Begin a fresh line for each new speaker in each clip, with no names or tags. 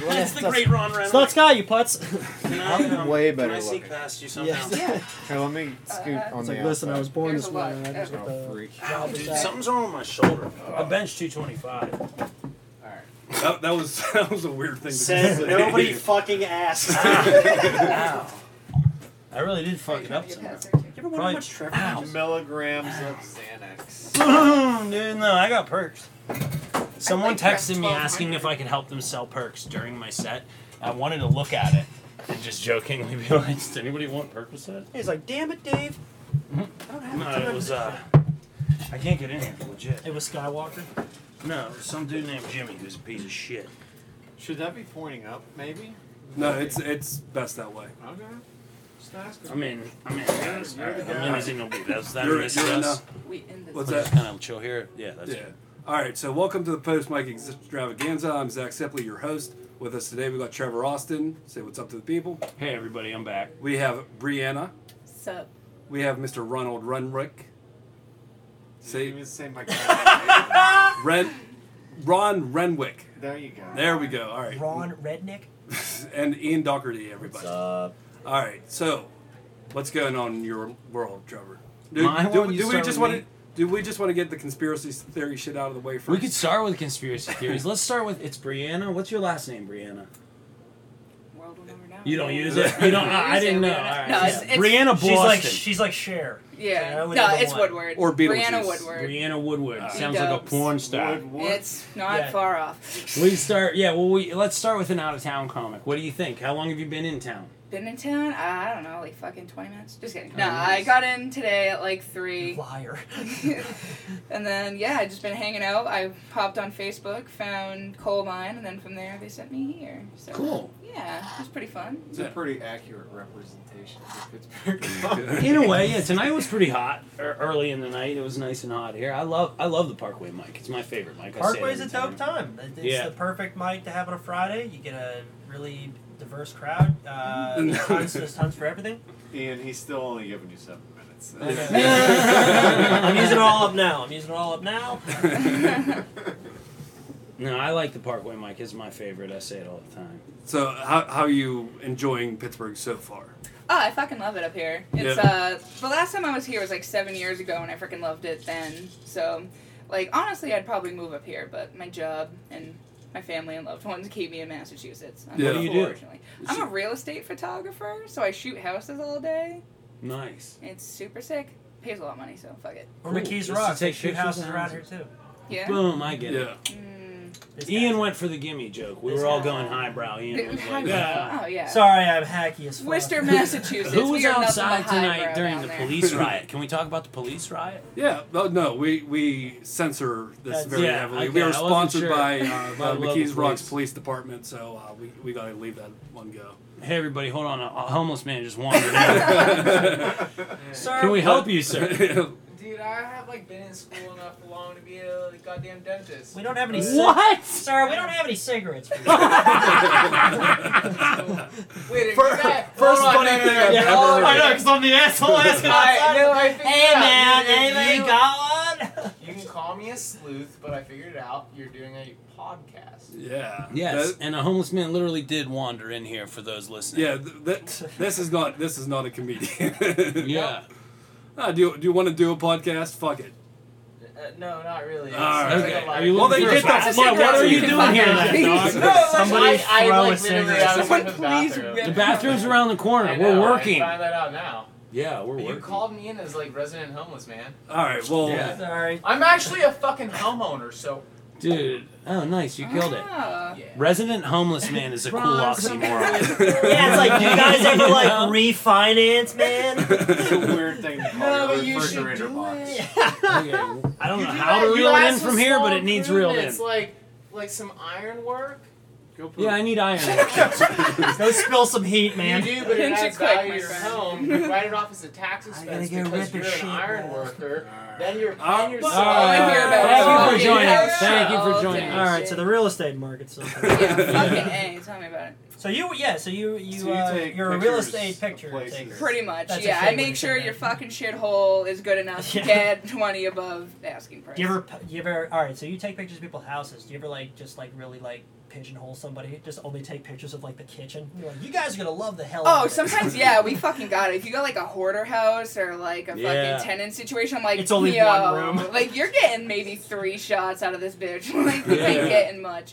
That's the great Ron Reynolds.
Slut Sky, you putz.
Can I,
I'm
um,
way
can
better
I sneak
looking.
past you somehow?
Yes.
Yeah.
Here, let me scoot
Uh,
on
It's
the
like, listen, I was uh,
outside.
born
Here's
this
a look.
way. and I just
Here's
got
a
Oh,
the
freak.
Ow, dude,
Sorry.
something's on my shoulder.
I bench 225.
Alright.
That, that was that was a weird thing. to
Says
say.
nobody fucking asked.
Ow.
I really did fuck it up
You
somewhere.
pass her too.
You ever wonder how
Probably-
much Trevor uses?
Milligrams of Xanax.
Boom, dude. No, I got perks. Someone
I pressed
texted me asking if I could help them sell perks during my set. I wanted to look at it and just jokingly be like, "Does anybody want Percocet?"
He's like, damn it, Dave. I don't have
No,
time.
it was uh, I can't get in here legit.
It was Skywalker.
No, it was some dude named Jimmy who's a piece of shit.
Should that be pointing up, maybe?
No, it's it's best that way.
Okay. Just ask
I mean, I mean, guys,
You're the
I'm
guy.
in this thing. That's that.
You're-
this
you're in
us.
the-
We end this.
What's
We'll just
that?
kind of chill here. Yeah, that's
Yeah. All right. So welcome to the Post Mike Extravaganza. I'm Zach Sepley, your host. With us today, we got Trevor Austin. Say what's up to the people.
Hey everybody, I'm back.
We have Brianna.
Sup?
We have Mr. Ronald Runrick.
Didn't
Say
even say my God.
Ren, Ron Renwick.
there you go.
There we go. All right.
Ron Rednick.
and Ian Doherty, everybody. All right, so what's going on in your world, Trevor? Do,
My
do,
one, you
do we
start
just
with
want
me?
to? Do we just want to get the conspiracy theory shit out of the way first?
We could start with conspiracy theories. Let's start with it's Brianna. What's your last name, Brianna?
World will never know.
You don't use it. You don't. I, I didn't know. All right.
No, it's,
Yeah.
it's
Brianna
She's
Boston.
like-
she's like Cher.
Yeah.
Yeah, I would
no,
have
it's
one.
Woodward.
Or
Brianna
Beetlejuice.
Woodward.
Brianna Woodward
Uh,
sounds like a
Dubs.
porn star.
Wood, wood.
It's not
Yeah.
far off.
We start. Yeah. Well, we let's start with an out of town comic. What do you think? How long have you been in town?
Been in town? I I don't know, like fucking 20 minutes? Just kidding.
Oh,
No, I
nice.
got in today at like 3.
Liar.
and then, yeah, i just been hanging out. I popped on Facebook, found Coal Mine, and then from there they sent me here. So,
Cool.
Yeah, it was pretty fun.
It's a pretty accurate representation of the Pittsburgh.
In a way, yeah. Tonight was pretty hot. Er, early in the night, it was nice and hot here. I love. I love the Parkway mic. It's my favorite mic. I say it
Parkway's a
every
dope
time.
time. It's
Yeah.
the perfect mic to have on a Friday. You get a really diverse crowd. Uh, there's tons, there's tons for everything.
Ian, he's still only giving you seven minutes.
I'm using it all up now. I'm using it all up now.
No, I like the Parkway mic. It's my favorite. I say it all the time.
so how how are you enjoying Pittsburgh so far?
Oh, I fucking love it up here. It's
Yeah.
uh the last time I was here was like seven years ago and I freaking loved it then. So like honestly I'd probably move up here, but my job and my family and loved ones keep me in Massachusetts. I'm
Yeah. What do
you do?
Originally. I'm a real estate photographer, so I shoot houses all day.
Nice.
It's super sick. Pays a lot of money, so fuck it.
Or
Cool. Just
McKee's
to
Rocks. They
take
shoot
pictures
houses
of
around here
houses.
too.
Yeah.
Boom! I get it.
Yeah.
Mm.
This
Ian
guy.
went for the gimme joke. We
This
were all
guy.
going highbrow. Ian was like, uh, yeah.
Oh yeah.
Sorry, I'm hacky as fuck.
Worcester, Massachusetts.
Who
we
was
are nothing
outside
but highbrow
tonight during
down
the
there.
police riot? Can we talk about the police riot?
Yeah. No, no we we censor this
That's-
very
Yeah, okay,
heavily. we
I
are
wasn't
sponsored
sure.
by, uh,
By
uh,
the local
McKees Rocks
police.
Police Department, so uh, we we gotta leave that one go.
Hey, everybody, hold on. A, a homeless man just wandered in.
Sir,
Can we help you, sir?
Dude, I have like been in school enough long to be a goddamn dentist.
We don't have any. Ci-
what?
Sir, we don't have any cigarettes. For you.
Wait,
Fir-
is that-
first
hold on,
funny
no, no,
thing
no,
I've
no,
ever
Oh,
hold on.
heard.
because I'm the asshole asking
I know, I figured
Hey
it out.
man,
You-
hey man,
you-
you got one?
You can call me a sleuth, but I figured it out. You're doing a podcast.
yeah.
Yes,
That-
and a homeless man literally did wander in here for those listening.
yeah. Th- that, this is not this is not a comedian.
Yeah.
Ah, do you, do you want to do a podcast? Fuck it.
Uh, no, not really.
All
It's
okay.
like a lot
Are
of-
you
Well,
looking
they
for
did that
a
to my
spot? What
brother.
are you doing here, then, dog?
No, like,
Somebody
I, I,
throw a
like, literally,
cigarette.
I was
Someone
in the bathroom.
please
The bathroom's around the corner.
I
We're
know,
working.
I found that out now.
Yeah, we're
But you
working.
called me in as like resident homeless man.
All right. Well,
Yeah.
Sorry.
I'm actually a fucking homeowner, so
Dude, oh, nice. You killed it.
Ah.
yeah.
Resident homeless man is a cool
Ron,
oxymoron.
Yeah, it's like you guys ever like
Yeah.
refinance, man?
It's a weird thing to call
No,
a
but you should
refrigerator
do
box.
it.
Okay, I don't
You
know
do
how
that-
to
you
reel it
ask
in
for
from here, but
small
it needs reeled in.
improvements, like like some iron work.
Go poop.
Yeah, I need iron. work.
Go spill some heat, man.
You do, but it
Pinch
adds
it quick,
value
my
to your
friend.
home. You write it off as a tax expense
get
because
rid
you're
of
an
shit,
iron
man.
worker. Then you're
Uh,
paying
but-
yourself.
All I hear about
Thank
is
you for
fucking
joining
house
us. Thank you for
all
joining
day.
us.
All right, so the real estate market's something.
yeah, fucking a. Tell me about it.
So you, yeah, so you, you,
So you
uh,
take
you're a real
pictures
estate
of
picture
places.
taker.
Pretty much,
That's a
yeah.
shit
I
way
make
to
sure
say
your
that.
fucking shithole is good enough
Yeah.
to get twenty above asking price.
Do you ever, do you ever, all right, so you take pictures of people's houses. Do you ever like just like really like pigeonhole somebody. Just only take pictures of like the kitchen. You're like, you guys are gonna love the hell. out
Oh,
of it."
sometimes yeah, we fucking got it. If you got like a hoarder house or like a
Yeah.
fucking tenant situation, I'm like,
It's only
Yo,
one room.
Like you're getting maybe three shots out of this bitch. like you
Yeah.
ain't getting much.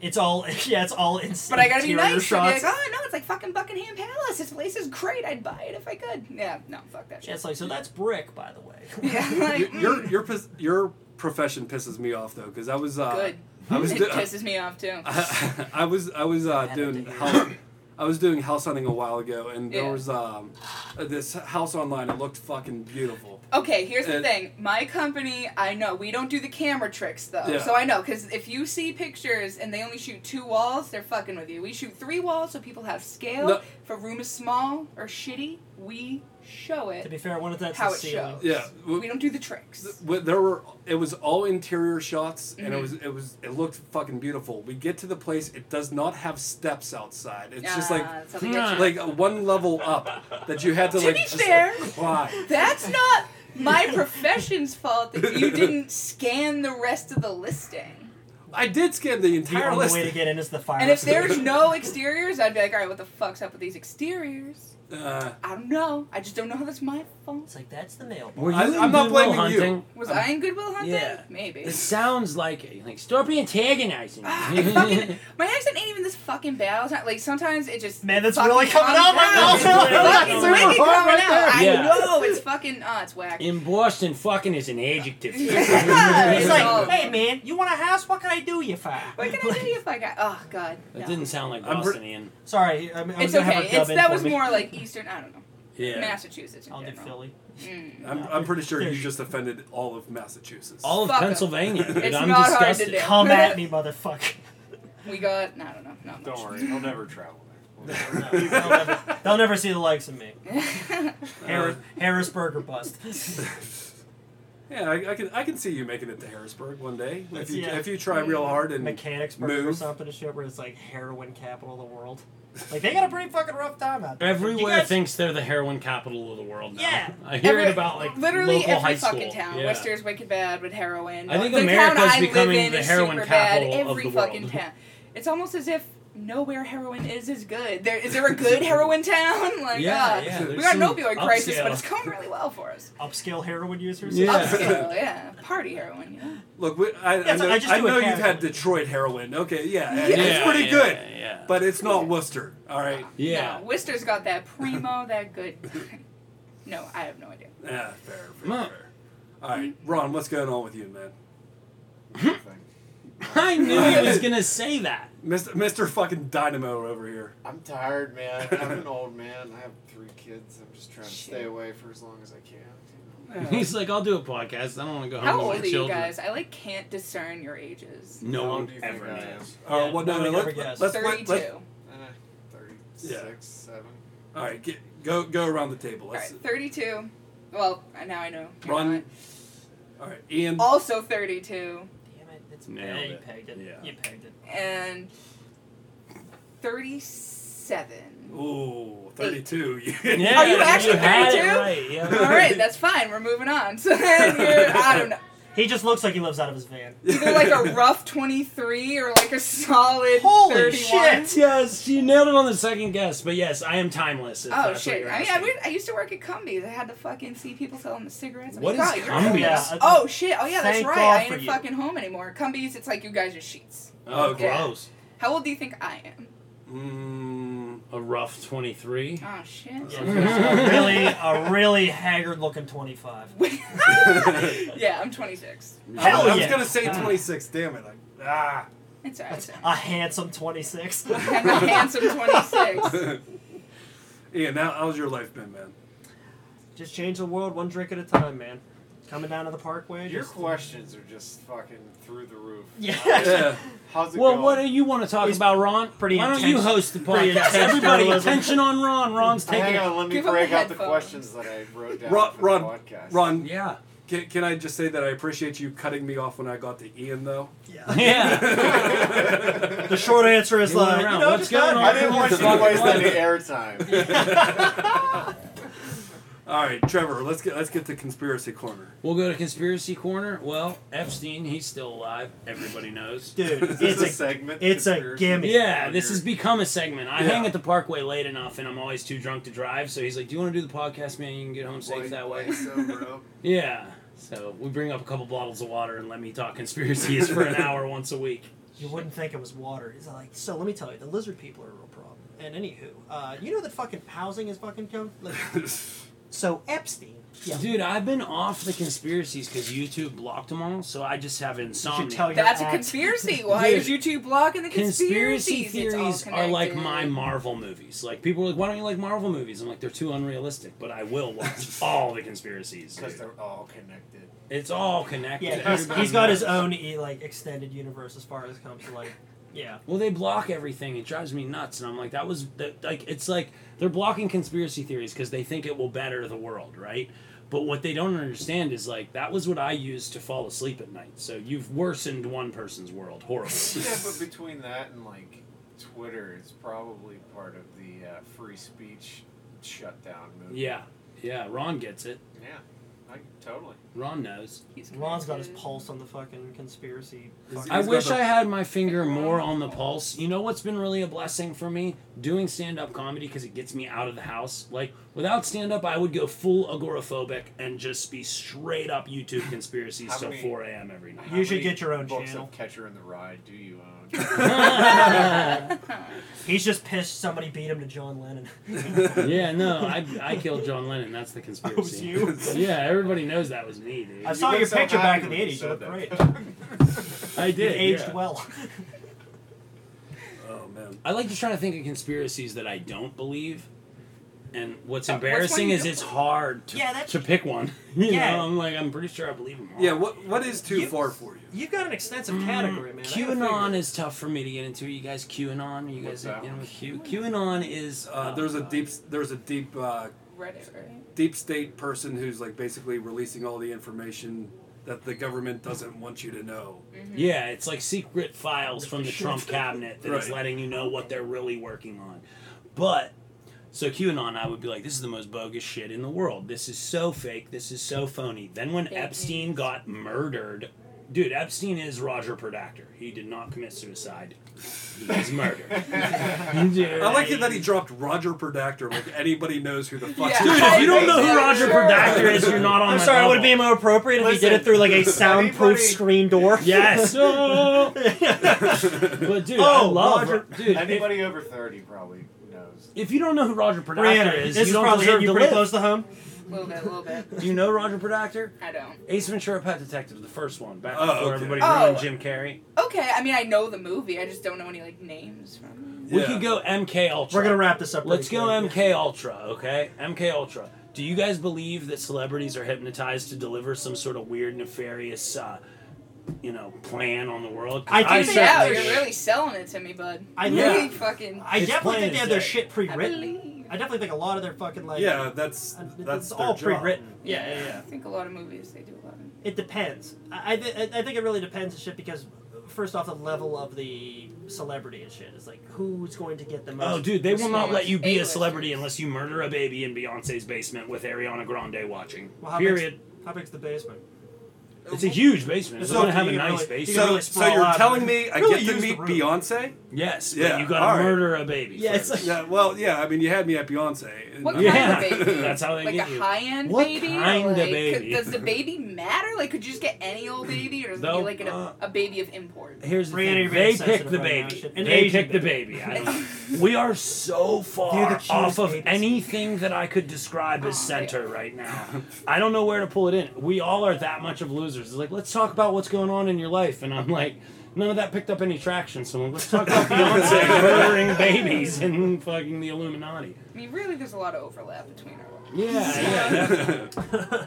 It's all yeah, it's all instant.
But I gotta be
interior
nice. And be
Shots.
like, oh no, it's like fucking Buckingham Palace. This place is great. I'd buy it if I could. Yeah, no, fuck that
Yeah,
shit.
it's like so that's brick, by the way.
Yeah, like, hmm.
your your pos- your profession pisses me off though, because I was uh,
good.
I was
it
do-
pisses me off too.
I, I was I was uh,
Bad
doing
idea.
house, I was doing house hunting a while ago, and there
Yeah.
was um this house online. It looked fucking beautiful.
Okay, here's the
Uh,
thing. My company, I know we don't do the camera tricks though,
Yeah.
so I know because if you see pictures and they only shoot two walls, they're fucking with you. We shoot three walls, so people have scale.
No.
If a room is small or shitty, we show
to
it.
be fair, one of that's
How
the
it
ceiling.
shows.
Yeah, w-
We don't do the tricks.
Well, there were it was all interior shots and it
Mm-hmm.
was it was it looked fucking beautiful. We get to the place, it does not have steps outside. It's just like hmm,
Ah, that's how they get you.
like one level up that you had to
To
like
be
just
fair-
climb.
That's not my profession's fault that you didn't scan the rest of the listing.
I did scan the
The
entire
only
list.
way to get in is the fire.
And if
escape.
there's no exteriors, I'd be like, all right, what the fuck's up with these exteriors?
uh,
I don't know. I just don't know how that's my fault.
it's like that's the mail.
Were
I-
in
I'm not
Goodwill
blaming you.
Was
Um,
I in Goodwill Hunting?
yeah.
Maybe.
It sounds like like stop being antagonizing.
Ah, I fucking- my accent ain't even this fucking bad. It's not- Like sometimes it just
Man, that's
fucking
really coming
comes
out my
out.
mouth. That's
It's
super
really
hard
coming
right there.
out.
Yeah.
I know it's fucking. Oh, it's whack.
In Boston, fucking is an adjective.
Yeah,
It's
it's all-
like, hey man, you want a house? What can I do you for?
What can I do if I got? Oh God.
That
no.
didn't sound like
I'm
Boston, Ian.
Sorry, I, mean, I was
It's
gonna have
okay.
her dub
It's
in
that
for
was
me.
more like Eastern. I don't know. Massachusetts. In
I'll do
general.
Philly.
Mm.
I'm,
No.
I'm pretty sure you
There's-
just offended all of Massachusetts.
All of
Fuck 'em.
Pennsylvania. dude,
It's
I'm
not hard to
disgusted.
do.
Come at me, motherfucker.
We got. no, I don't know. Not much.
Don't worry, he'll never travel there.
No, they'll, never, they'll never see the likes of me.
Uh,
Uh,
Harris, Harrisburg or bust.
yeah, I, I can I can see you making it to Harrisburg one day if you
Yeah.
if you try real hard and
Mechanicsburg or
Move.
something to shit where it's like heroin capital of the world. Like they got a pretty fucking rough time out there.
Everywhere
You guys-
thinks they're the heroin capital of the world now.
Yeah.
I hear
Every-
it about like
literally
local
every
high
fucking
school.
town.
Yeah.
Webster's wicked bad with heroin.
I think
the town
America's
I
becoming
live in
the
is
heroin
super bad.
capital of
Every
the
fucking
world.
town. It's almost as if nowhere heroin is is good. There is there a good heroin town? Like
yeah,
God.
yeah,
We
there's
We got an
some
opioid crisis,
upscale.
but it's going really well for us.
Upscale heroin users.
Yeah.
Upscale, yeah. Party heroin, yeah.
look. We, I, I
That's-
know,
I just
I
do a
know you've
casual.
had Detroit heroin. Okay, yeah,
Yeah.
it's pretty
yeah,
good,
Yeah, yeah.
but it's not Worcester. All right.
yeah.
No, Worcester's got that primo, that good. no, I have no idea.
Yeah, Ah, fair, fair,
Ma-
fair. All right, Ron, what's going on with you, man?
I knew he was gonna say that.
Mr. Mr. Fucking Dynamo over here.
I'm tired, man. I'm an old man. I have three kids. I'm just trying to stay
Shit.
away for as long as I can. you know.
He's like, I'll do a podcast. I don't want to go home
How
to my
old are you
children.
guys? I like can't discern your ages.
No
How
one
old do you think
ever
I am?
knows.
All right,
Yeah,
well, no,
nobody
no,
ever
let,
guessed.
let's, let,
Thirty-two.
let-
Eh, 36,
Yeah.
7.
all right, get, go go around the table.
All right,
Let's,
32. Well, now I know. You're
Ron-
not.
all right, Ian.
Also 32.
Damn it, it's
Nailed
yeah, you
it.
pegged it.
Yeah.
You pegged it.
and 37.
Ooh, 32.
Yeah,
Are you actually
had it
32?
right, yeah.
All right, that's fine. We're moving on. So then you're, I don't know,
He just looks like he lives out of his van.
either like a rough 23 or like a solid Oh,
Holy
31.
shit!
Yes, you nailed it on the second guess, but yes, I am timeless. If
Oh
that's What
shit!
you're
I mean, I,
asking.
went, I used to work at Cumbies. I had to fucking see people selling the cigarettes. I'm
What
like,
is
"God,
Cumbies?
you're homeless."
Yeah, I-
oh shit! Oh yeah, that's
Thank
right.
God
I
for
ain't
you.
fucking home anymore. Cumbies, it's like you guys are sheets.
Oh,
Okay.
gross.
How old do you think I am?
mm,
A rough 23.
Oh shit!
Yeah, he was a really, a really haggard-looking twenty-five.
yeah, I'm 26.
Hell
I, was
yeah.
gonna say
Ah.
26. Damn it! I, ah.
It's alright.
A handsome twenty-six.
I'm a handsome 26.
Ian, how, how's your life been, man?
Just change the world one drink at a time, man. Coming down to the parkway.
Your
just-
questions are just fucking through the roof.
Yeah.
Yeah.
How's it
Well,
going?
what do you want to talk
He's
about, Ron?
pretty
Why don't
intense-
you host the
pretty
podcast?
intense
Everybody,
journalism.
attention on Ron. Ron's taking
Hang
it.
on, let me
Give him
break
the
out the
headphones.
questions that I wrote down
Ron,
for the
Ron,
podcast.
Ron
Yeah.
can, can I just say that I appreciate you cutting me off when I got to Ian, though?
yeah.
Yeah.
The short answer is
You went
like,
around.
you know,
What's
just
going on?
not-
I didn't want you to waste any airtime.
All right, Trevor, let's get let's get to conspiracy corner.
We'll go to conspiracy corner. Well, Epstein, he's still alive. Everybody knows.
Dude,
Is this
it's
a,
a
segment?
it's a
Conspiracy?
gimme.
Yeah, this has become a segment. I hang
Yeah.
at the parkway late enough, and I'm always too drunk to drive. So he's like, "Do you want to do the podcast, man? You can get home safe that way." Yeah. So we bring up a couple bottles of water and let me talk conspiracies for an hour once a week.
You wouldn't think it was water. It's like so. Let me tell you, the lizard people are a real problem. And anywho, uh, you know that fucking housing is fucking junk. Like, so Epstein. Yeah.
Dude, I've been off the conspiracies because YouTube blocked them all, so I just have insomnia.
tell your
That's a
aunt.
conspiracy. Why
Dude.
is YouTube blocking the
conspiracy
conspiracies?
theories
it's all
are like my
connected.
Marvel movies. Like people are like, "Why don't you like Marvel movies?" I'm like, "They're too unrealistic." But I will watch all the conspiracies.
Because
dude.
they're all connected.
It's all connected.
Yeah, he's,
Everybody
he's got his
knows.
own e- like extended universe as far as it comes to like, yeah.
Well, they block everything. It drives me nuts, and I'm like, that was that, like, it's like they're blocking conspiracy theories because they think it will better the world, right? But what they don't understand is like that was what I used to fall asleep at night. So you've worsened one person's world horribly.
yeah, but between that and like Twitter, it's probably part of the uh, free speech shutdown movement.
yeah, yeah. Ron gets it.
Yeah. I totally.
Ron knows.
He's
Ron's got his
connected.
pulse on the fucking conspiracy.
Is-
Fucking
I
He's got
wish
the-
I had my finger more on the pulse. You know what's been really a blessing for me? Doing stand up comedy because it gets me out of the house. Like, without stand up, I would go full agoraphobic and just be straight up YouTube conspiracies
How
till
many-
4 a.m. every night.
How
You should
many
get your own
books
channel.
Of Catcher in the Rye, do you
yeah,
He's just pissed somebody beat him to John Lennon.
no, I, I killed John Lennon. That's the conspiracy.
was you?
Yeah, everybody knows that was me, dude.
I
I,
saw
look
your
so
picture back
happy
in the
when
80s.
you
You
said
look
that.
great. You
did.
aged
yeah.
well.
Oh man.
I like to try to think of conspiracies that I don't believe. And what's
Uh, which one
embarrassing
you
is
don't-
it's hard to,
Yeah, that's-
to pick one. You
Yeah.
know, I'm like, I'm pretty sure I believe them all.
Yeah, what what is too
You-
far for you?
You've got an extensive
Mm,
category, man. I gotta
QAnon
figure-
is tough for me to get into. Are you guys QAnon? Are you
What's
guys
that
in
one?
with Q? QAnon is
Uh, there's a deep there's a deep uh,
Reddit, right?
deep state person who's like basically releasing all the information that the government doesn't want you to know.
Yeah, it's like secret files from the Trump cabinet that is
Right.
letting you know what they're really working on. But so QAnon, I would be like, this is the most bogus shit in the world. This is so fake. This is so phony. Then when
Fake
Epstein got murdered, dude, Epstein is Roger Predactor. He did not commit suicide. He was murdered. Dude,
I like it that he dropped Roger Predactor. Like anybody knows who the fuck.
Yeah.
Dude, if you don't know who Roger Predactor is, you're not on.
I'm
my
sorry, would it
level.
be more appropriate if he did it through like a soundproof
anybody-
screen door?
Yes. but dude, I
Oh,
love
Roger-
Ro- dude. If,
Anybody over 30 probably knows.
if you don't know who Roger Predactor
Brianna,
is,
this
you
is
don't
probably
deserve
hitting
to
you pretty
live.
close to home.
A little bit, a little bit.
Do you know Roger Predactor?
I don't.
Ace Ventura: Pet Detective, the first one, back
Oh,
before
okay.
everybody
Oh.
ruined Jim Carrey.
Okay, I mean I know the movie. I just don't know any like names from.
We
Yeah.
could go MK Ultra.
We're gonna wrap this up.
Let's
pretty
go
quick.
MK Ultra, okay? MK Ultra. Do you guys believe that celebrities are hypnotized to deliver some sort of weird, nefarious, uh, you know, plan on the world? 'Cause
I do
it out.
certainly-
You're really selling it to me, bud.
I
really
know.
fucking. I,
I
It's
definitely
plain
think they
as
have their
day.
shit pre-written.
believe.
I definitely think a lot of their fucking like
Yeah, that's
uh,
that's
it's
their
all
job.
pre-written. Yeah, yeah,
I
yeah.
think a lot of movies they do a lot of.
It depends. I I, th- I think it really depends and shit because first off the level of the celebrity and shit is like who's going to get the most.
Oh, dude, they will not let you be a
A-listers.
celebrity unless you murder a baby in Beyonce's basement with Ariana Grande watching.
Well, how
Period.
Big's, how big's the basement?
It's a huge basement. It's
So
going to
you
have a
can
nice
really- you
basement.
can
So,
really
so
sprawl
you're
out.
telling me I
Really
get to
use the
meet
room.
Beyonce?
yes,
Yeah,
but you got to
all right.
murder a baby.
Yeah, it's
first.
like-
Yeah, well, yeah. I mean, you had me at Beyonce.
What
I'm-
kind
yeah.
of baby?
That's how they
Like
get
a
you.
high end
What
baby?
kind of
like,
baby?
Could, does the baby matter? Like, could you just get any old baby, or does
Though,
it be like an,
uh,
a baby of import?
Here's the
Brianna,
thing.
you're being
They
sensitive
pick the
right now.
baby.
Shit. An
They
Asian
pick the baby. I don't know.
It's-
We are so
They're the
far
cutest
off of
babies.
anything that I could describe as
Aw,
center right now. I don't know where to pull it in. We all are that much of losers. It's like, let's talk about what's going on in your life. And I'm like, none of that picked up any traction. So let's talk about Beyonce murdering babies and fucking the Illuminati.
I mean, really, there's a lot of overlap between our. lives.
Yeah, yeah. definitely.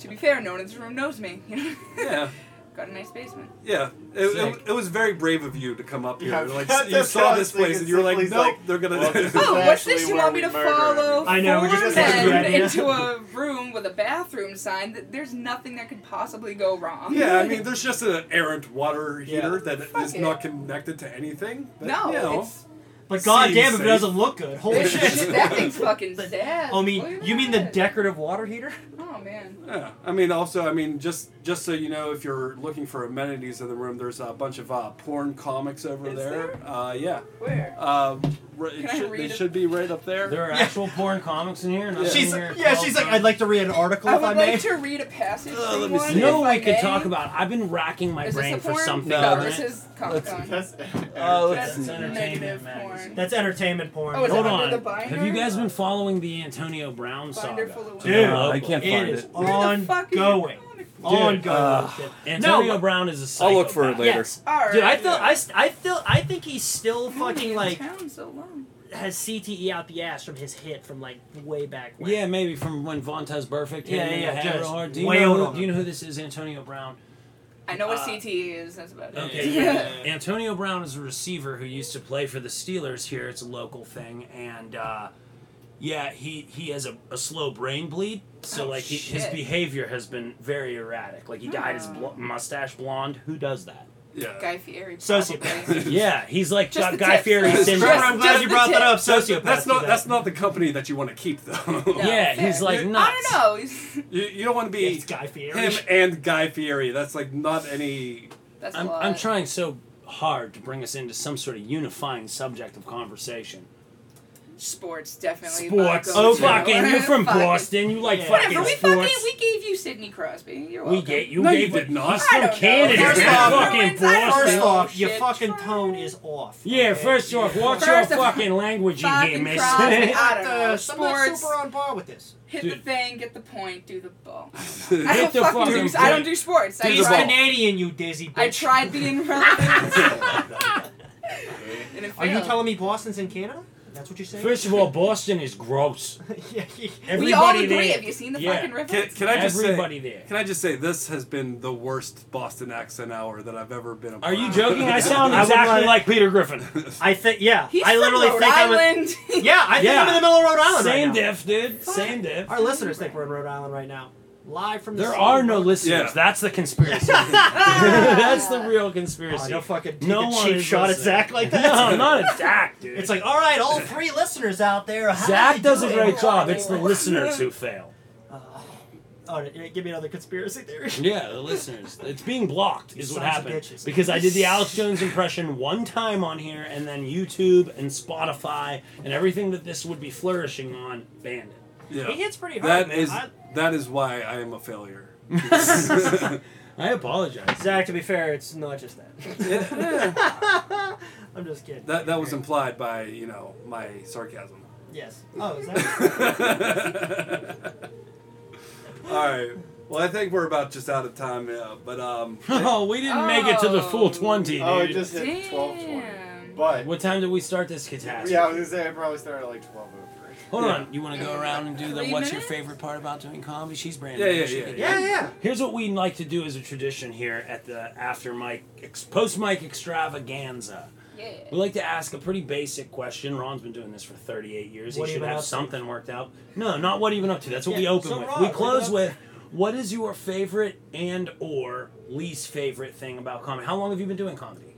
To be fair, no one in this room knows me. You know,
yeah,
got a nice basement.
yeah. It, it,
Sick.
it was very brave of you to come up here.
Yeah,
like
that's
you
what
saw
I was
this place,
thinking.
and you were like,
Simply's
nope,
like,
they're gonna.
well, this is-
Oh, what's
actually
this? You
where
want me
we
to
murder
follow
everyone.
I know, we're
four
just
discussing
men
the idea.
into a room with a bathroom sign? That there's nothing that could possibly go
Oh,
wrong.
yeah, I mean, there's just an errant water
Yeah.
heater that is
Fuck it.
not connected to anything. But,
no,
you know,
it's
But
Seems
goddamn, if
safe.
it doesn't look good, holy shit!
that thing's fucking
But-
sad.
I mean,
Look at
you mean the
that.
decorative water heater?
Oh man.
Yeah, I mean, also, I mean, just just so you know, if you're looking for amenities in the room, there's a bunch of uh, porn comics over
Is
there. Uh, yeah,
Where?
uh, r- it
Can I
should, they
read it?
should be right up there.
There are
Yeah.
actual porn comics in here. and I'm
Yeah.
She's
in here
yeah, she's like, I'd like to read an article
I
if
would
I may.
like to read a passage.
Uh,
from
let me
one,
see.
You know
if
what
I
we could
may.
talk about? I've been racking my
Is this
brain
a
for
porn?
something.
No,
No,
on
this
it.
is Comic Con.
That's,
Uh, let's
That's
It's
see.
entertainment
negative
magazine.
porn.
That's entertainment porn.
Oh, is it
Hold
under
on.
the binder?
Have you guys been following the Antonio Brown saga?
Binder full of
Dude,
Uh,
I can't
it
find
is
it.
Where the fuck is your
ongoing.
comic book?
Ongoing.
uh,
shit.
Antonio
No,
Brown is a psychopath.
I'll look for it later.
Yes.
All right.
Dude, I feel I, s- I feel I think he's still
Hmm.
fucking like
Town so long.
has CTE out the ass from his hit from like way back when.
Yeah, maybe from when Vontez Burfict hit
Yeah,
him in
yeah,
the head
just
real hard. Do you,
wailed
know who,
on
do
him.
you know who this is? Antonio Brown.
I know what
Uh,
CTE is. That's about it.
Okay.
Yeah.
Antonio Brown is a receiver who used to play for the Steelers here. It's a local thing, and uh, yeah, he he has a, a slow brain bleed. So
Oh,
like he, his
shit.
behavior has been very erratic. Like he dyed his
Ah.
bl- mustache blonde. Who does that?
Yeah.
Guy Fieri.
Sociopath.
probably.
Yeah, he's like
Just
got
the
Guy
tips.
Fieri
Just-
syndrome.
I'm glad
just
you
the
brought that up.
That's,
Sociopath.
that's not
do that.
that's not the company that you want to keep though.
No,
Yeah, he's,
fair.
like, nuts.
I don't know. He's,
you, you don't want to
Yeah,
be
it's Guy Fieri.
him and Guy Fieri. That's like not any.
that's
I'm
a lot.
I'm trying so hard to bring us into some sort of unifying subject of conversation.
Sports definitely.
Sports.
Buckles,
Oh
you know,
fucking! You're from
fucking-
Boston. You like
Yeah.
fucking
Whatever. We fucking
sports.
we gave you Sidney Crosby. You're
We
welcome.
get you.
No, you
gave
did
it-
not.
He's
I
from
don't know.
Canada.
First
You're
off-
fucking
First off,
Boston.
First off, your
Shit.
fucking tone is off.
Yeah,
okay?
first off, watch
First
your
of-
fucking language you
Fucking
here, miss.
Crosby.
I
I don't
Uh,
know.
I'm not
Sports.
super on par with this.
Hit the
Dude.
thing. Get the point. Do the ball. I
Hit
don't
the
fucking do.
fucking
I don't
point.
do sports. I
He's
the ball.
tried.
Canadian, you dizzy bitch.
I tried being relevant. and it
Are you
failed.
telling me Boston's in Canada? That's what you're saying?
First of all, Boston is gross.
yeah, yeah.
Everybody
We all agree.
there.
Have you seen the
Yeah.
fucking
Can,
reference?
can I just
Everybody
say?
there.
Can I just say this has been the worst Boston accent hour that I've ever been a
Are
part
you
of.
joking? I sound
I would
exactly
like-
like Peter Griffin.
I think, yeah.
He's
I literally
from Rhode
think I'm in,
Island.
Yeah, I think
Yeah.
I'm in the middle of Rhode Island
Same
right now.
diff, dude. Same diff.
Our listeners think we're in Rhode Island right now. Live from the
There
sea.
are no listeners.
Yeah.
That's the conspiracy. That's
Ah!
the real
Oh,
conspiracy.
don't fucking take
No
a
one
cheap
is
shot at
listening.
Zach like that.
no, not a Zach, dude.
It's like, all right, all three listeners out there. How
Zach
you
does a
doing? Uh,
great job. It's the listeners who fail.
All right, yeah, give me another conspiracy theory.
Yeah, the listeners. It's being blocked is what
sons of
happened.
bitches.
Because I did the Alex Jones impression one time on here and then YouTube and Spotify and everything that this would be flourishing on banned it.
Yeah.
He hits pretty hard.
That
man.
is
I-
that is why I am a failure.
I apologize.
Zach, to be fair, it's not just that. I'm just kidding.
That that was implied by you know my sarcasm.
yes. Oh, is that?
All right. Well, I think we're about just out of time, yeah, but um,
Oh, we didn't make it to the full
Oh.
20, dude.
oh, it just hit
Damn.
twelve twenty. But
What time did we start this catastrophe?
yeah, I was gonna say I probably started at like twelve oh three.
Hold
Yeah.
on. You want to go around and do the
Three
what's your
minutes?
favorite part about doing comedy? She's brand
Yeah,
new.
yeah,
She
yeah,
can-
yeah, yeah.
Here's what we like to do as a tradition here at the after mic, ex- post mic extravaganza. We
Yeah.
like to ask a pretty basic question. Ron's been doing this for 38 years.
What
he
you
should
been up
have
to?
something worked out. No, not what even up to. That's what we
Yeah,
open
so
with.
Ron,
we
what
close
about-
with what is your favorite and or least favorite thing about comedy? How long have you been doing comedy?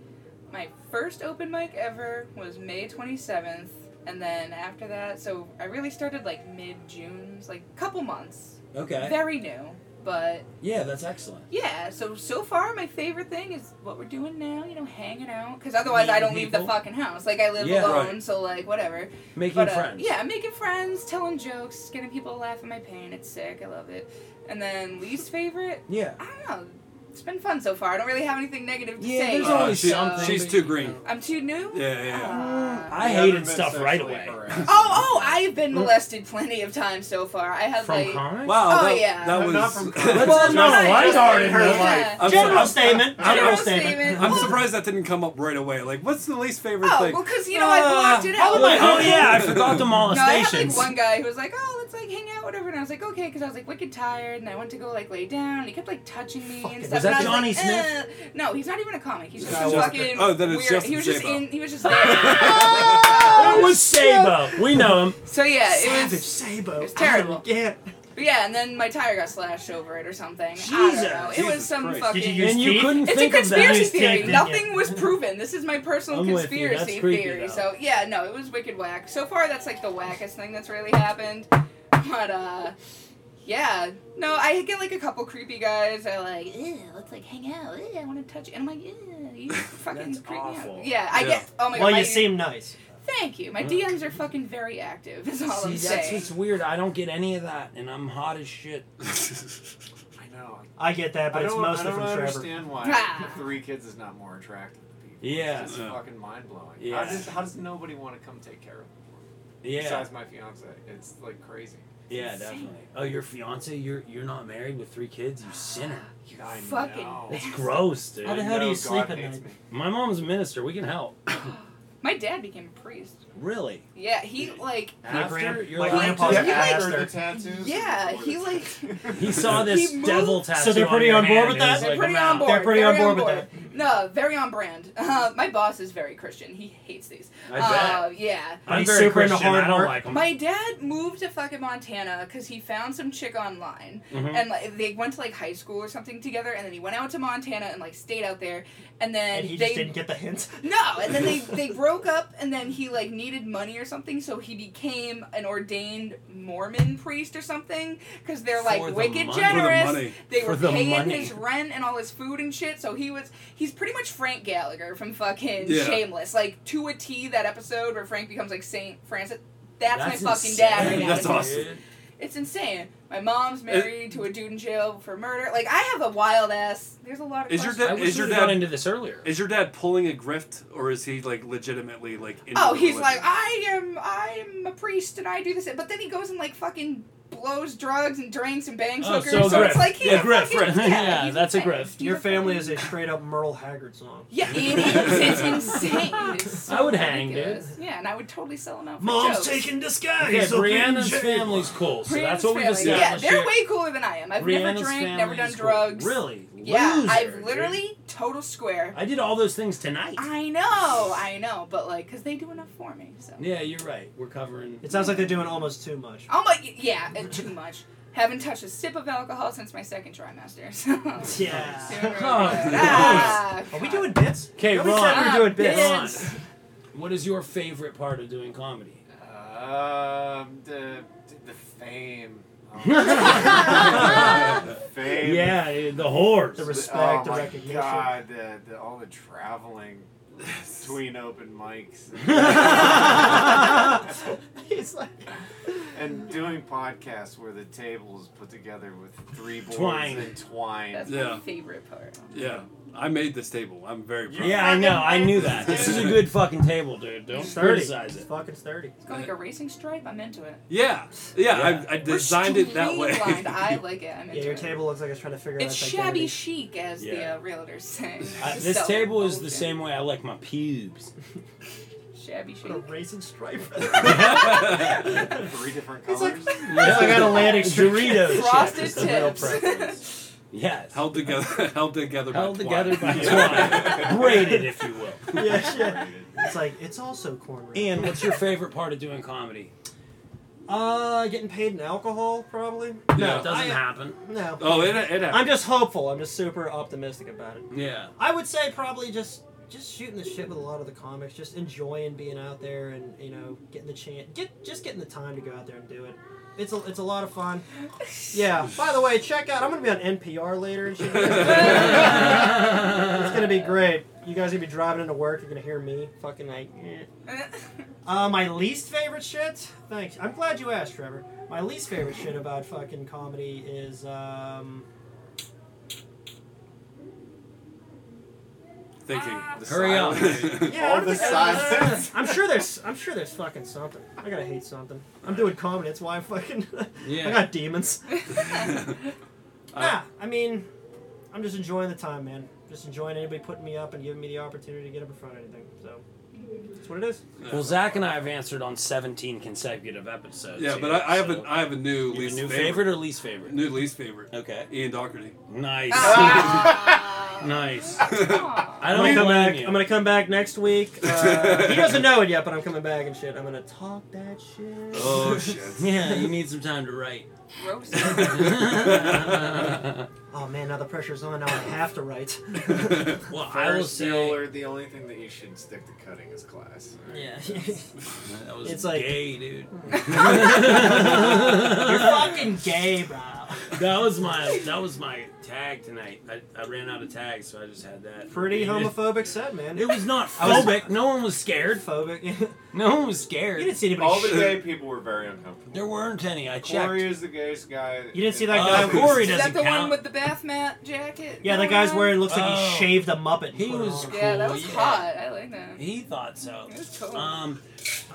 My first open mic ever was May 27th, and then after that, so I really started like mid June, like a couple months.
Okay.
Very new, but
yeah, that's excellent.
yeah. So so far, my favorite thing is what we're doing now. You know, hanging out, because otherwise I don't
Meeting
leave the
people.
fucking house. Like I live
Yeah,
alone, so like whatever.
Making
But, uh,
friends.
Yeah, making friends, telling jokes, getting people to laugh at my pain. It's sick. I love it. And then least favorite,
Yeah.
I don't know. It's been fun so far. I don't really have anything negative to
Yeah,
say.
there's
Uh,
always
she-
something. Mm.
she's
but,
too
you
green.
know.
I'm too new.
Yeah, yeah.
Ah.
I
You haven't been
hated stuff right
sexually
away.
harassed.
oh, oh, I've been
Mm.
molested plenty of times so far. I have
From
like.
comics?
wow,
Oh,
that,
yeah.
that
I'm
was.
not from
that's
Well, no,
just-
I started her
Yeah.
life.
I'm
General
so-
statement.
I'm-
General
General
statement.
statement.
I'm surprised that didn't come up right away. Like, what's the least favorite
Oh,
thing?
well, because you know I blocked it
Uh,
out.
Oh, my- oh, yeah, I forgot the
No, I had like
molestations.
one guy who was like, "Oh, let's like hang out, whatever," and I was like, "Okay," because I was like wicked tired, and I went to go like lay down, and he kept like touching me
Fucking-
and stuff.
Was that
and I
Johnny
was, like,
Smith?
"Eh." No, he's not even a comic. He's just
No,
a
Justin-
fucking.
oh, then it's
weird,
Justin
He was just
Sabo.
in. He was just there. Oh,
That was Sabo. We know him.
so yeah, it
Savage
was.
Sabo.
it's terrible.
Yeah.
But yeah, and then my tire got slashed over it or something. I
Jesus.
don't know. It
Jesus
was some
Christ.
fucking.
Did you use
and you
teeth?
couldn't
it's a
think of that.
conspiracy
Use teeth,
theory.
didn't you?
Nothing was proven. This is my personal
I'm with you. That's
conspiracy
creepy,
theory.
though.
So yeah, no, it was wicked whack. So far, that's like the wackest thing that's really happened. But uh, yeah, no, I get like a couple creepy guys. I like, ew, let's like hang out. Ew, I want to touch you, and I'm like, ew, you fucking
That's
creep me
awful.
out. Yeah, I
Yeah.
get. Oh my god.
well,
my,
you seem nice.
Thank you. My DMs are fucking very active. Is all
See,
I'm
that's
saying.
what's weird. I don't get any of that, and I'm hot as shit.
I know.
I get that,
I
but it's
don't, I
mostly
don't
from Trevor.
understand why
Ah.
three kids is not more attractive to people.
Yeah.
It's just
Yeah.
fucking mind blowing.
Yeah.
How, does, how does nobody want to come take care of them? for me?
Yeah,
Besides my fiance, it's like crazy.
yeah,
insane.
definitely. Oh, your fiance, you're you're not married with three kids, you sinner.
You
I
fucking.
know.
It's gross,
How the
dude.
hell do
No,
you
God
sleep at
hates
night?
me.
My mom's a minister. We can help.
My dad became a priest.
Really?
Yeah, he like
My grand-
you're
my
like,
grandpa's
Yeah,
an
he like-
ass.
After the tattoos.
Yeah,
before
he
the
like-
tattoos.
He saw this
He moved-
devil tattoo.
So they're pretty
your
on board
hand, and
with
he was
that?
They're
like, "I'm
pretty
out."
on board.
They're pretty
very
on board with
No, very on brand. Uh, my boss is very Christian. He hates these.
I Oh
uh, yeah.
But
I'm
he's
very
super into
Christian. I
hard
don't
work.
like 'em.
My dad moved to fucking Montana because he found some chick online,
Mhm.
and like, they went to like high school or something together, and then he went out to Montana and like stayed out there, and then
And he
they
just didn't get the hint.
no, and then they, they broke up, and then he like needed money or something, so he became an ordained Mormon priest or something because they're like
For the
wicked
mon- for the
generous.
money.
They
For
were
the
paying
money.
his rent and all his food and shit, so he was he's pretty much Frank Gallagher from fucking
Yeah.
Shameless, like to a T that episode where Frank becomes like Saint Francis. That's, my fucking
insane.
dad right now.
That's
It's
awesome.
it's insane. My mom's married to a dude in jail for murder. Like I have a wild ass. There's a lot of.
Is your
questions.
I
dad?
wish
Is your
we got
dad?
into this earlier.
Is your dad pulling a grift, or is he like legitimately like? Into
Oh,
the
he's
religion?
like, I am, I am a priest, and I do this. But then he goes and like fucking blows drugs and drinks and bangs
Oh,
hookers.
so grift.
it's like he's
Yeah,
a
grift,
fucking,
right.
yeah,
Yeah,
he's
that's a
insane.
grift.
He's
Your
a
family
fucking-
is a straight up Merle Haggard song.
Yeah, it is. It's insane. It's so
I would hang, dude.
ridiculous. Yeah, and I would totally sell him out. For jokes.
disguise.
Okay, Brianna's family's cool, so that's what we
Brianna's family. Yeah,
established.
they're
here.
way cooler than I am. I've
Brianna's
never drank,
family
never done
is cool.
drugs.
Really?
Yeah,
Loser,
I've
dude.
literally total square.
I did all those things tonight.
I know, I know, but like, cause they do enough for me. So.
Yeah, you're right. We're covering.
It sounds like they're doing almost too much.
Oh my, yeah, uh, too much. Haven't touched a sip of alcohol since my second trimester. So. Sooner or
Yeah.
later.
Oh,
Ah,
Are we doing bits?
Okay,
Nobody said
Ron.
we were doing bits.
Ron. What is your favorite part of doing comedy?
Um, the the fame. Oh,
Yeah.
the fame.
Yeah, the whores.
The
The-
respect,
oh
the
my
recognition.
God, the, the, all the traveling
"Ah."
between open mics
He's like,
and doing podcasts where the table is put together with three boards
Twine.
and twine.
that's
Yeah.
my favorite part.
yeah, I made this table. I'm very proud.
yeah, I know. I knew that. This is a good fucking table, dude. Don't
it's 30.
criticize
It's
it.
fucking sturdy.
It's got like a racing stripe. I'm into it.
Yeah, yeah.
Yeah.
I, I
We're
designed it that way.
streamlined. I like it. I'm into
Yeah, your
it.
table looks like it's trying to figure
It's
out its
shabby
identity.
chic, as
Yeah.
the uh, realtors say.
I, this
So,
table is the
okay.
same way I like my pubes.
Shabby chic.
Put a racing stripe.
Three different
He's
colors.
like-
Yeah.
I got Atlantic
Doritos.
Frosted
It's a real
tips.
preference.
Yes.
held together, held together, by
Held
twine.
together by
Yeah.
twine. Braided, if you will.
yeah, shit. It's like it's also corn. roast.
Ian, what's your favorite part of doing comedy?
uh, getting paid in alcohol probably.
No, it doesn't
I-
happen.
No,
Oh, it, it
I'm
happened.
just hopeful. I'm just super optimistic about it.
Yeah.
I would say probably just just shooting the shit with a lot of the comics, just enjoying being out there and you know getting the chance, get just getting the time to go out there and do it. It's a, it's a lot of fun. Yeah. By the way, check out. I'm gonna be on NPR later and shit. it's gonna be great. You guys gonna be driving into work. You're gonna hear me fucking like. eh. Uh, my least favorite shit. Thanks. I'm glad you asked, Trevor. My least favorite shit about fucking comedy is um.
Thinking.
Ah.
The
Hurry up.
silence.
Yeah,
All
I don't
the
think I-
silence.
I'm sure there's. I'm sure there's fucking something. I gotta hate something. I'm doing comedy. That's why I'm fucking.
Yeah.
I got demons.
Uh,
nah, I mean, I'm just enjoying the time, man. Just enjoying anybody putting me up and giving me the opportunity to get up in front of anything. So that's what it is.
Well, Zach and I have answered on 17 consecutive episodes.
yeah,
here,
but I, I have
so-
a, I have a
You
new
have a
least
new favorite.
favorite.
or least favorite?
New least favorite.
Okay.
Ian Doherty.
Nice.
Ah.
nice.
Aw.
I
I'm
don't
gonna come
blame
back.
you.
I'm gonna come back next week. Uh, he doesn't know it yet, but I'm coming back and shit. I'm gonna talk that shit.
Oh shit.
Yeah, you need some time to write.
Gross.
well,
Oh man, now the pressure's on. Now I have to write.
I will
Ferris
say
Bueller, the only thing that you should stick to cutting is class. all right?
yeah.
that was
It's like-
gay, dude.
You're fucking gay, bro.
That was my that was my tag tonight. I, I ran out of tags, so I just had that.
Pretty
It-
homophobic set, man.
It was not
I was-
phobic. no one was scared.
Homophobic. you
No one was scared.
didn't see anybody.
All the
sh-
gay people were very uncomfortable.
There weren't any. I checked.
Corey is the gayest guy.
You didn't see
in
that
all
guy
of
Uh,
these.
Corey
Is that
doesn't
the one
count.
with the bath mat jacket?
yeah, the
going
guy's
on?
wearing looks like
Oh.
he shaved a muppet. and
He
put it
was
on.
Yeah, that
Cool,
was
yeah.
hot. I like that.
He thought so.
It was cool.
Um,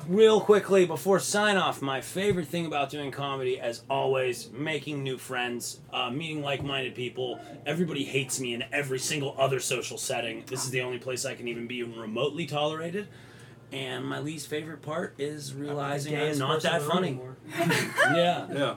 real quickly before sign off, my favorite thing about doing comedy, as always, making new friends, uh, meeting like-minded people. Everybody hates me in every single other social setting. This is the only place I can even be remotely tolerated. And my least favorite part is
I'm the
realizing I'm
gayest
not
person
that
in the room
funny.
anymore.
Yeah.
Yeah.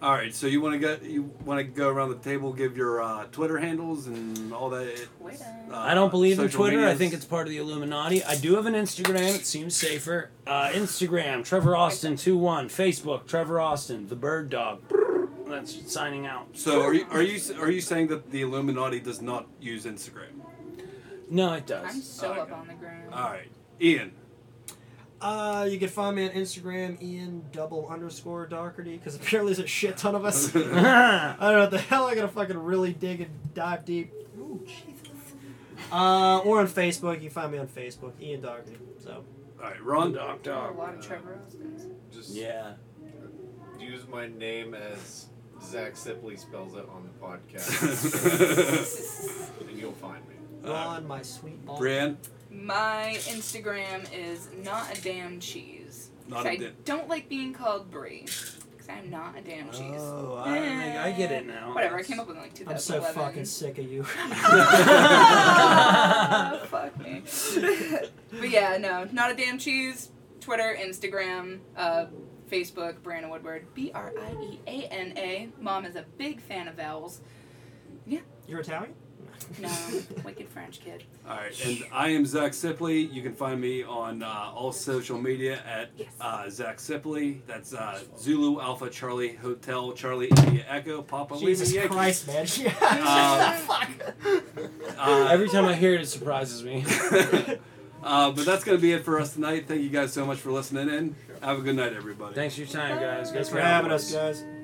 All right, so you want to get you want to go around the table, give your uh, Twitter handles and all that.
Twitter.
uh,
I don't believe in
social
Twitter. I
medias.
think it's part of the Illuminati. I do have an Instagram. It seems safer. Uh, Instagram, Trevor Austin two one. Facebook, Trevor Austin, the Bird Dog. That's signing out.
So are you, are you are you saying that the Illuminati does not use Instagram?
No, it does.
I'm so
Oh,
up
okay.
on the ground.
All right, Ian.
Uh, you can find me on Instagram, Ian double underscore Doherty, because apparently there's a shit ton of us. I don't know what the hell I gotta fucking really dig and dive deep. Ooh, Jesus. Uh, or on Facebook, you can find me on Facebook, Ian Doherty. So
All right, Ron.
Dog
There are a
Dog.
lot of Trevor Austins.
Just
Yeah.
use my name as Zach Sipley spells it on the podcast,
Brian.
and you'll find me.
Ron, my sweet ball.
My Instagram is not a damn cheese. 'Cause
Not a
I
damn-
don't like being called Brie. Because I'm not a damn cheese.
Oh, I, think I get it now.
Eh. Whatever, I came up with it in like
I'm so
2011.
fucking sick of you.
Ah, Fuck me. but yeah, no, not a damn cheese. Twitter, Instagram, uh, Facebook, Brianna Woodward, B R I E A N A. Mom is a big fan of vowels.
You're Italian?
No, wicked French kid.
All right, and I am Zach Sipley. You can find me on uh, all social media at uh, Zach Sipley. That's uh, Zulu Alpha Charlie Hotel Charlie India Echo Papa Lima
Jesus
Yankee.
Christ, man. Yeah.
Uh,
Fuck.
Uh,
Every time I hear it, it surprises me.
uh, but that's gonna be it for us tonight. Thank you guys so much for listening in. Have a good night, everybody.
Thanks for your time, guys.
Thanks
Go
for having
Cowboys.
us, guys.